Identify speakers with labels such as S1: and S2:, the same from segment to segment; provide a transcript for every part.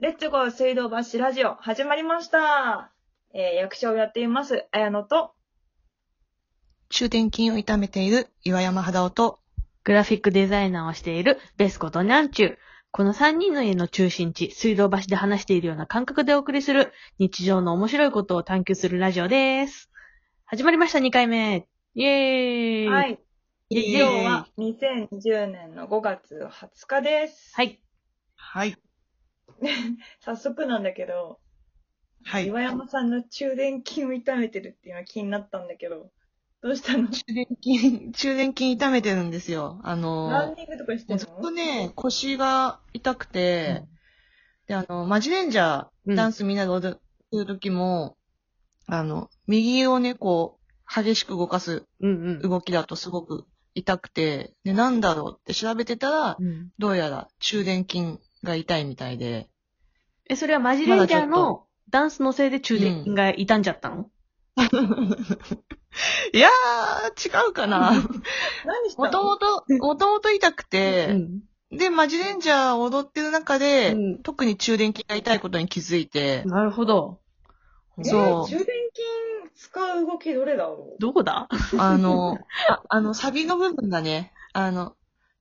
S1: レッツゴー水道橋ラジオ始まりました。えー役者をやっています、綾乃と、
S2: 中殿筋を痛めている岩山肌夫と、
S3: グラフィックデザイナーをしているベスコとニャンチュー。この3人の家の中心地、水道橋で話しているような感覚でお送りする日常の面白いことを探求するラジオです。始まりました、2回目。イェーイ。。
S1: はいい。
S2: イエーイ
S1: 今日は2020年の5月20日です。
S3: はい。
S2: はい。
S1: 早速なんだけど、
S2: はい。中
S1: 岩山さんの中殿筋を痛めてるっていうのは気になったんだけど、どうしたの
S2: 殿筋、 中殿筋痛めてるんですよ。あ
S1: ラン
S2: の、
S1: ニングとかして
S2: も
S1: んの
S2: うずっとね、腰が痛くて、で、あの、マジレンジャ
S3: う
S2: ー、
S3: ん
S2: ダンスみんなで踊る時も、あの、右をね、こう、激しく動かす
S3: うん
S2: 動きだとすごく痛くて、で、なんだろうって調べてたら、
S3: うん。
S2: どうやら中殿筋が痛いみたいで、
S3: え、それはマジレンジャ
S2: まだちょ
S3: ーのダンスのせいで中電が傷んじゃったの、
S2: いやー、違うかな。
S1: 何した
S2: もと
S1: の
S2: もと、もともと痛く
S3: う
S2: て、
S3: ん。
S2: で、マジレンジャーを踊ってる中で、
S3: うん
S2: 特に中電筋が痛いことに気づいて、
S3: なるほど。
S1: えー
S2: そう
S1: 中殿筋使う動きどれだろう
S3: どこだ
S2: あ の、ああの、サビの部分だね。あの、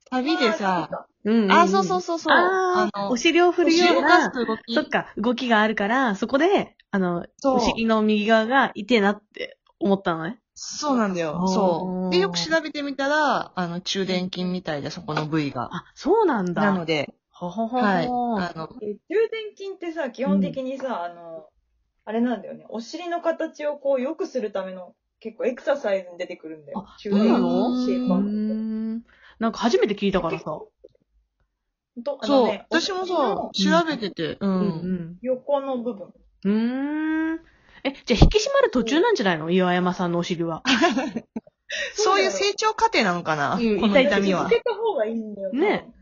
S2: サビでさ、
S1: あ
S3: うん
S2: あ、そうそう
S3: そ
S2: そうそう、
S3: あ
S2: あ
S3: あ、
S2: の
S3: お、尻を振る
S2: 腰を
S3: よ
S2: 動
S3: う
S2: か
S3: な
S2: す、動き
S3: そっ。か、動きがあるから、そこで、あの、
S2: そう
S3: お尻の右側が痛いなって思ったのね。
S2: そうなんだよ。
S3: あー
S2: そう。で、よく調べてみたら、あの、中電筋みたいで、そこの部位が。
S3: あ、そうなんだ。
S2: なので、
S3: ほほほほ。
S2: はい。あ
S1: え
S2: の、
S1: ー中殿筋ってさ、基本的にさ、あの、あれなんだよね。お尻の形をこう良くするための結構エクササイズに出てくるんだよ。中
S3: そうな
S1: 殿
S3: の
S1: 筋シェイ
S3: う
S1: パ
S3: ー
S1: ー
S3: ん。なんか初めて聞いたからさ。
S1: とあの
S2: そう、
S1: ね
S2: 私もそう、
S1: お
S3: 尻の
S2: 調べてて、う。
S3: うんん
S1: 横の部分。
S3: うん。うーん。え、じゃあ引き締まる途中なんじゃないの岩山さんのお尻は。
S2: そういう成長過程なのかな、
S3: うん
S2: この痛み
S1: 続
S2: は。い
S1: けた方がいいんだよ
S3: ね。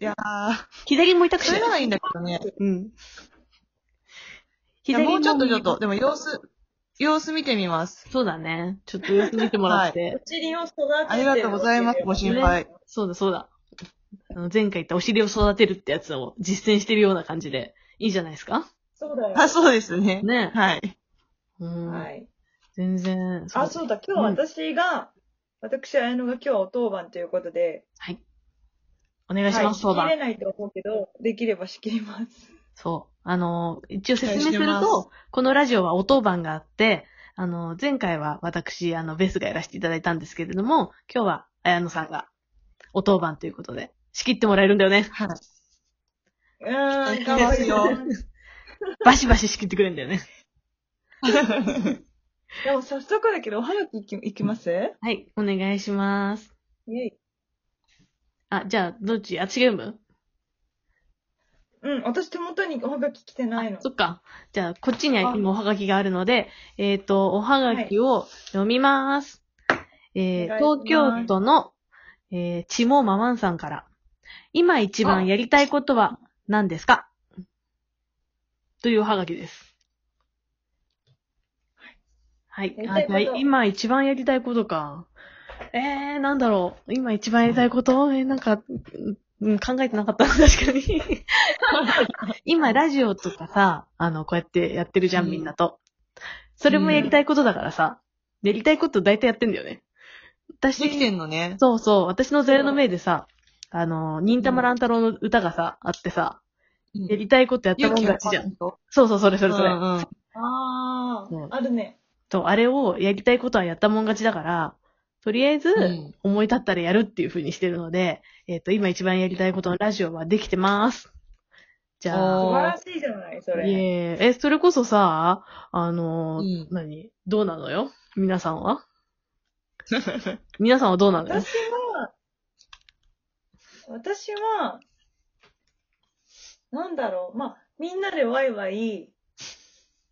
S2: やー。
S3: 左も痛くし
S2: そ
S3: な
S2: れ
S3: い
S2: ならいいんだけどね。
S3: うん。
S2: いや
S3: 左
S2: もうちょっとちょっと、。でも様子、様子見てみます。
S3: そうだね。ちょっと様子見てもらって。
S1: お尻を育ててる
S2: ありがとうございますご心配
S1: ね
S3: そうだそうだ。あの前回言ったお尻を育てるってやつを実践してるような感じで、いいじゃないですか
S1: そうだよ。
S2: あ、そうですね。
S3: ね。
S2: はい。
S3: うん。
S1: はい。
S3: 全然。
S1: あ、そうだ。今日私が、私、綾乃が今日はお当番ということで、
S3: お願いします、相
S1: はい、仕切
S3: 談
S1: れ。ないと思うけど、できれば仕切り ます。
S3: そう。あの、一応
S2: 期
S3: 説明
S2: 待して
S3: する
S2: ます。
S3: と、このラジオはお当番があって、あの、前回は私、あの、ベースがやらせていただいたんですけれども、今日は綾野さんがお当番ということで、仕切ってもらえるんだよね
S2: は
S1: うーん、か
S2: いい
S1: わ
S2: で
S1: い
S2: す
S1: い
S2: よ
S1: な。
S3: バシバシ仕切ってくれるんだよね。
S2: い。
S1: でも早速だけど、おはがきいきいきます
S3: はい、お願いします。
S1: イェイ。
S3: あ、じゃあ、どっちあ、違うむ
S1: うん、私手元におはがき来てないの。
S3: そっか。じゃあ、こっちには
S2: あ
S3: 今おはがきがあるので、えっ、と、おはがきを読みます。えー
S1: お願いします
S3: 東京都の、えー、ちもままんさんから。今一番やりたいことは何ですかというおはがきです。はい
S1: や。りたい
S3: あ
S1: こ
S3: じ
S1: と
S3: ゃあ今一番やりたいことか。えー、なんだろう。今一番やりたいことえー、なんか、うん、考えてなかった。確かに。 今、ラジオとかさ、あの、こうやってやってるじゃ
S2: うん
S3: ん、みんなと。それもやりたいことだからさ、やりたいこと大体やってんだよね。
S2: できて
S3: 私、
S2: んのね。
S3: そうそう、私のゼロの目でさ、あの、忍たま乱太郎の歌がさ、あってさ、やりたいことやった
S2: 勇
S3: もん
S2: 気が
S3: 勝ちじゃ
S2: パ
S3: ん。
S2: ンと。
S3: そうそう、それそれそれ。
S2: うんうん
S1: あー、
S3: うん
S1: あるね。
S3: と、あれをやりたいことはやったもん勝ちだから、とりあえず、
S2: うん
S3: 思い立ったらやるっていう風にしてるので、えっ、と、今一番やりたいことのラジオはできてます。じゃあ、
S2: お
S1: 素
S2: ー
S1: 晴らしいじゃない、そ
S3: い
S1: れ。
S3: え、え、それこそさ、あのー、
S2: うん
S3: 何どうなのよ皆さん は皆さんはどうなのよ
S1: 私は、私は、なんだろう、まあ、みんなでワイワイ、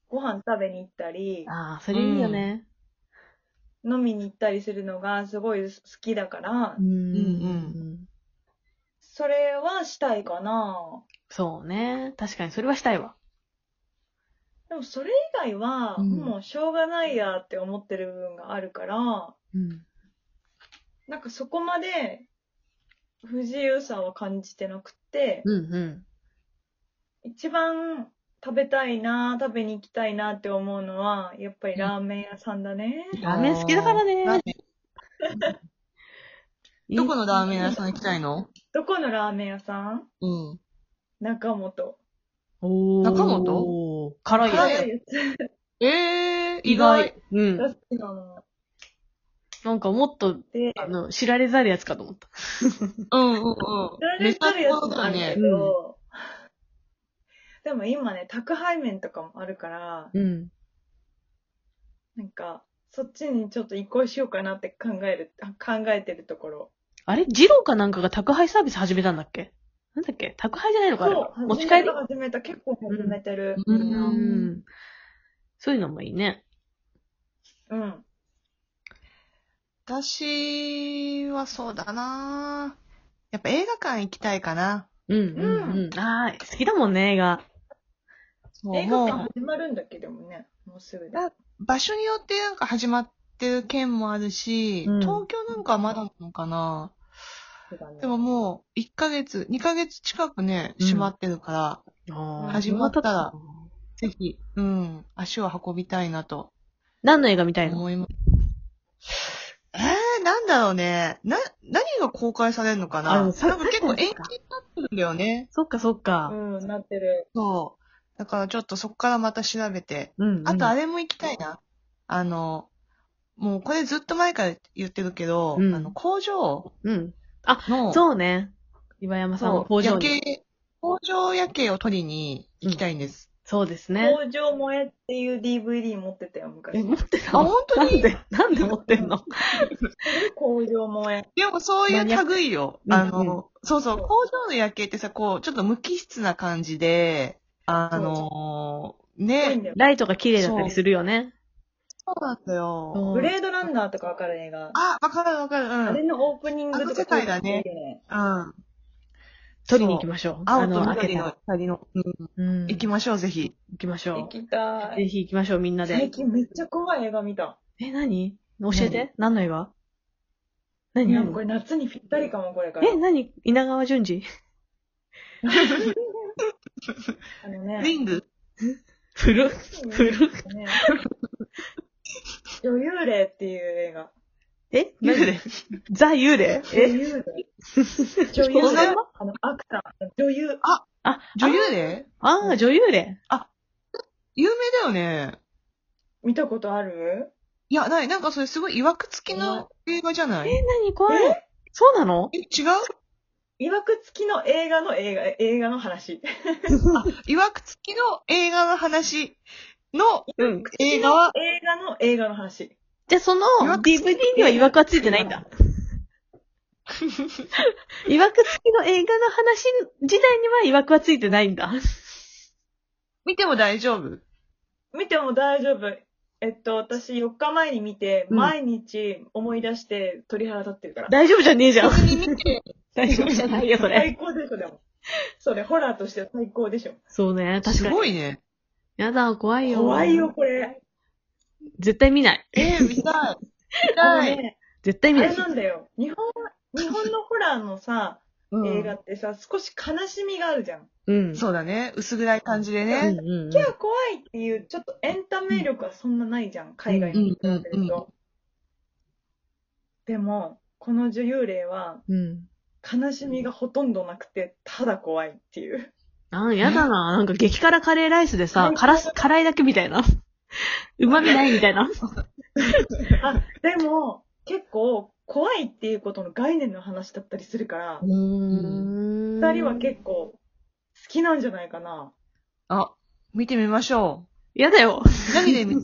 S1: ご飯食べに行ったり、
S3: ああ、それいいよね。
S1: 飲みに行ったりするのがすごい好きだから
S3: う、ん。
S2: うん
S1: それはしたいかな。
S3: そうね。確かに、それはしたいわ。
S1: でもそれ以外は、
S2: うん
S1: もうしょうがないやって思ってる部分があるから、
S3: うん。
S1: なんかそこまで不自由さを感じてなくて、
S3: うんうん。
S1: 一番食べたいな、食べに行きたいなって思うのは、やっぱりラーメン屋さんだね。
S3: ラーメン好きだからね
S2: ラーメンどこのラーメン屋さん行きたいの
S1: どこのラーメン屋さん
S2: うん。
S1: 中本。
S3: おー
S2: 中本
S3: 辛い
S2: 辛い。
S3: やつ
S1: 辛いやつ
S2: ええー、
S3: 意外。。うん。
S1: が好きなの。
S3: なんかもっと、
S1: で、
S3: あの、知られざるやつかと思った。
S2: うんうんうん。
S1: 誰れてるやつなんだ
S2: ね
S1: け。ど、でも今ね、宅配麺とかもあるから、
S3: うん。
S1: なんか、そっちにちょっと移行しようかなって考える、あ考えてるところ。
S3: あれジローかなんかが宅配サービス始めたんだっけなんだっけ宅配じゃないのかあれは
S1: そう
S3: 持ち帰り
S1: 始めた始めた、結構始めてる。
S2: う
S1: うん。
S3: うんん。そういうのもいいね。
S1: うん。
S2: 私はそうだなやっぱ映画館行きたいかな。
S3: うん。うん。うん。ああ、好きだもんね、映画。
S2: そう
S1: 映画
S2: も
S1: 館
S2: う、
S1: 始まるんだけどもね、もうすぐで。
S2: あ場所によってなんか始まってる県もあるし、
S3: うん
S2: 東京なんかはまだなのかな。でももう、1ヶ月、2ヶ月近くね、
S3: うん
S2: 閉まってるから、
S3: あー
S2: 始まったら。ぜひ、うん、足を運びたいなと
S3: 何の映画見たいの
S2: 思います。えー、なんだろうね。な、何が公開されるのか
S3: あで
S2: な
S3: もさ
S2: 多分結構
S3: さっ
S2: 延期に
S3: きの
S2: なってるんだよね。
S3: そっかそっ
S1: う
S3: か。
S1: ん、なってる。
S2: そう。だからちょっとそこからまた調べて。
S3: うん。
S2: あとあ
S3: れ
S2: れも行きたいな。あの、もうこれずっと前から言ってるけど、
S3: うん
S2: あの、工場
S3: うん。
S2: の、
S3: そうね。岩山さん
S2: そ
S3: の
S2: う
S3: 工場
S2: 夜
S3: に。
S2: 景、工場夜景を撮りに行きたいんです。
S3: そうですね。
S1: 工場萌えっていう DVD 持ってたよ、昔。
S3: え、持ってたの
S2: あ本当に
S3: なんで、なんで持ってんの
S1: 工場萌え。
S2: でもそういう類よ。
S3: マ
S2: あ
S3: ニアックうんう
S2: の、そうそう、工場の夜景ってさ、こう、ちょっと無機質な感じで、あのー、
S1: いいん
S2: ね、
S1: だよ
S3: ライトが綺麗だったりするよね。
S2: そうなんだよ。
S1: ブレードランナーとかわかる映画。
S2: あ、わかるわかる、う
S1: あれ
S2: ん。
S1: のオープニングとか。
S2: あの世界だね。うん。
S3: 取りに行きましょう。
S2: 青と
S3: 開け
S2: 緑
S3: た
S2: の
S3: ら。
S2: 光の、うん、
S3: うん。
S2: 行きましょう、ぜひ。
S3: 行きまし
S1: 行
S3: ょ
S1: き
S3: う。
S1: た
S3: ぜ
S1: い。
S3: ひ行きましょう、みんなで
S1: 最。近めっちゃ怖い映画見た。
S3: え、何教えて。何の映画何
S1: いや、
S3: 何
S1: これ夏にぴったりかも、これから。
S3: え、何稲川淳二
S1: あのね。
S2: リング
S3: 古っ古っ
S1: ね女優霊っていう映画。
S3: え
S2: 幽
S3: 何
S2: 霊
S3: ザ幽霊
S1: 女
S3: え
S1: 優 霊。女優霊。あの、アクター。女優。
S3: あ、
S2: 女優霊
S3: ああ、女優霊。
S2: 有名だよね。
S1: 見たことある
S2: いや、ない、なんかそれすごい曰く付きの映画じゃない
S3: え、何怖い。そうなの
S2: え、違う
S1: いわくつきの映画の映画、映画の話。
S2: いわく付きの映画の話の
S3: うん。
S2: 映画は、
S1: 映画の映画の話。
S3: じゃあその
S2: いわく
S3: DVD には違和感はついてないんだ。いわくつきの映画の話自体には違和感はついてないんだ。
S2: 見ても大丈夫
S1: 見ても大丈夫。えっと、私4日前に見て、
S3: うん
S1: 毎日思い出して鳥肌立ってるから。
S3: 大丈夫じゃねえじゃん。
S2: に見て、
S3: 大丈夫じゃないよ、それ。
S1: 最高でしょ、でも。それ、ホラーとしては最高でしょ。
S3: そうね、確
S2: す
S3: かに。
S2: ごいね。
S3: やだ、怖いよ。
S1: 怖いよ、。これ。
S3: 絶対見ない。
S2: えー、見た い。見
S1: あの
S2: たい。
S1: ね、
S3: 絶対
S1: あ
S3: 見ない
S1: れ。なんだよ。日本、日本のホラーのさ、
S2: うん
S1: 映画ってさ、少し悲しみがあるじゃん。
S3: うん。
S2: そうだね。薄暗い感じで
S3: う
S2: ね。
S3: んうんうん
S1: キャー怖いっていう、ちょっとエンタメ力はそんなないじゃん、海外に比べ
S2: うんう
S1: る
S2: んうん
S1: と。でも、この女優霊は、
S3: うん。
S1: 悲しみがほとんどなくて、ただ怖いっていう。
S3: あ、やだな。なんか激辛カレーライスでさ
S1: う、ん
S3: 辛す、辛いだけみたいな。 うまみないみたいな。
S1: あ、でも、結構、怖いっていうことの概念の話だったりするから、
S3: ん
S1: 二人は結構、好きなんじゃないかな。
S2: あ、見てみましょ
S3: やだよ。
S2: う。何で見 る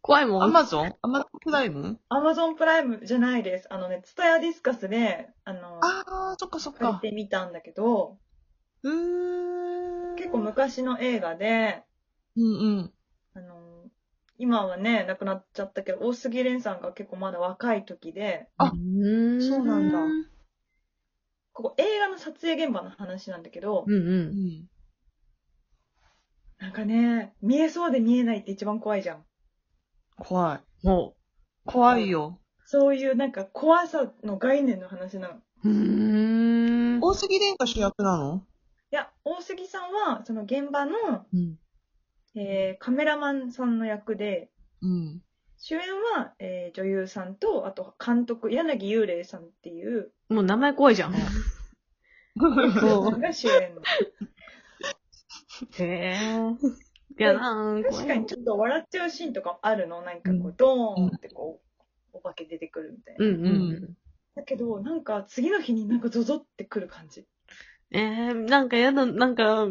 S3: 怖いもん。
S2: のアマゾンアマゾンプライム
S1: アマゾンプライムじゃないです。あのね、ツタヤディスカスで、あの、
S2: あー、そっかそっ
S1: 借り
S2: か。
S1: てみたんだけど、
S2: うーん。
S1: 結構昔の映画で、
S2: うんうん。
S1: あの、今はね、亡くなっちゃったけど、大杉蓮さんが結構まだ若い時で、
S2: あ
S3: うん
S2: そうなんだ
S3: うん
S1: ここ映画の撮影現場の話なんだけど、
S2: う
S3: うん。
S2: ん。
S1: なんかね、見えそうで見えないって一番怖いじゃん。
S2: 怖い。
S3: も。
S2: 怖いよ。
S1: そういうなんか怖さの概念の話なの。いう
S3: うーん。
S2: 大杉蓮が主役なの
S1: や、大杉さんは、その現場の、
S2: うん。
S1: えーカメラマンさんの役で、
S2: うん。
S1: 主演は、えー女優さんと、あと監督、柳幽霊さんっていう、
S3: もう名前怖いじゃん。
S1: さんが主演の。
S3: へえ。い やなぁ、
S1: 確かにちょっと笑っちゃうシーンとかあるのなんかこう、ドーンってこう、お化け出てくるみたいな。
S3: うんうん。
S1: だけど、なんか次の日になんかゾゾってくる感じ。
S3: えー、なんかやだ、なんか、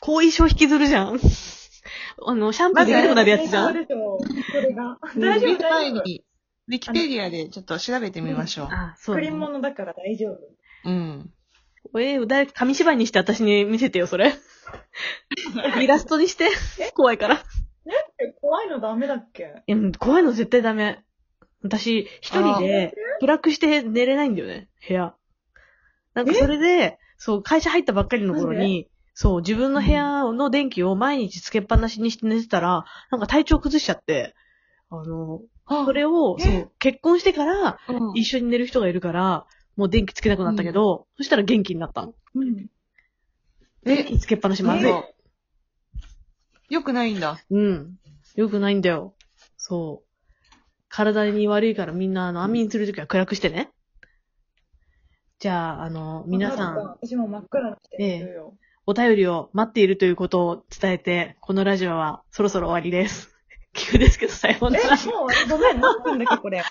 S3: 後遺症引きずるじゃん。 あの、シャンプー
S2: まず
S3: できなくなるやつじゃん。
S1: そうでしょそれが。大
S2: 大
S1: 丈
S2: 丈
S1: 夫、
S2: 夫
S1: 大
S2: 前
S1: 丈夫。
S2: に、ウィキペディアでちょっと調べてみましょう。
S3: あ、そ
S1: 作
S3: うだ
S1: り
S3: ね。
S1: 物だから大丈夫。
S2: うん。
S3: えー、誰か紙芝居にして私に見せてよ、そ れ。イラストにして。怖いから。
S1: え、怖いのダメだっけ
S3: いや、もう怖いの絶対ダメ。私、一人で、ブラックして寝れないんだよね、部屋。なんかそれで、そう、会社入ったばっかりの頃
S1: なん
S3: に、そう、自分の部屋の電気を毎日つけっぱなしにして寝てたら、なんか体調崩しちゃって、あの、それを、
S1: え
S3: そう、結婚してから
S2: うん
S3: 一緒に寝る人がいるから、もう電気つけなくなったけど、そしたら元気になったの。
S1: うん。
S3: 電
S2: え、
S3: 気つけっぱなしまずい
S1: え。
S2: よくないんだ。
S3: うん。よくないんだよ。そう。体に悪いからみんな、あの、網にするときは暗くしてね。じゃあ、あの、皆さ
S1: なん
S3: ん、
S1: か私も真っ暗にしてるよ。
S3: お便りを待っているということを伝えて、このラジオはそろそろ終わりです。急ですけど、さよう
S1: え、
S3: なら。
S1: もう、ごめん、何分だっけ、これ。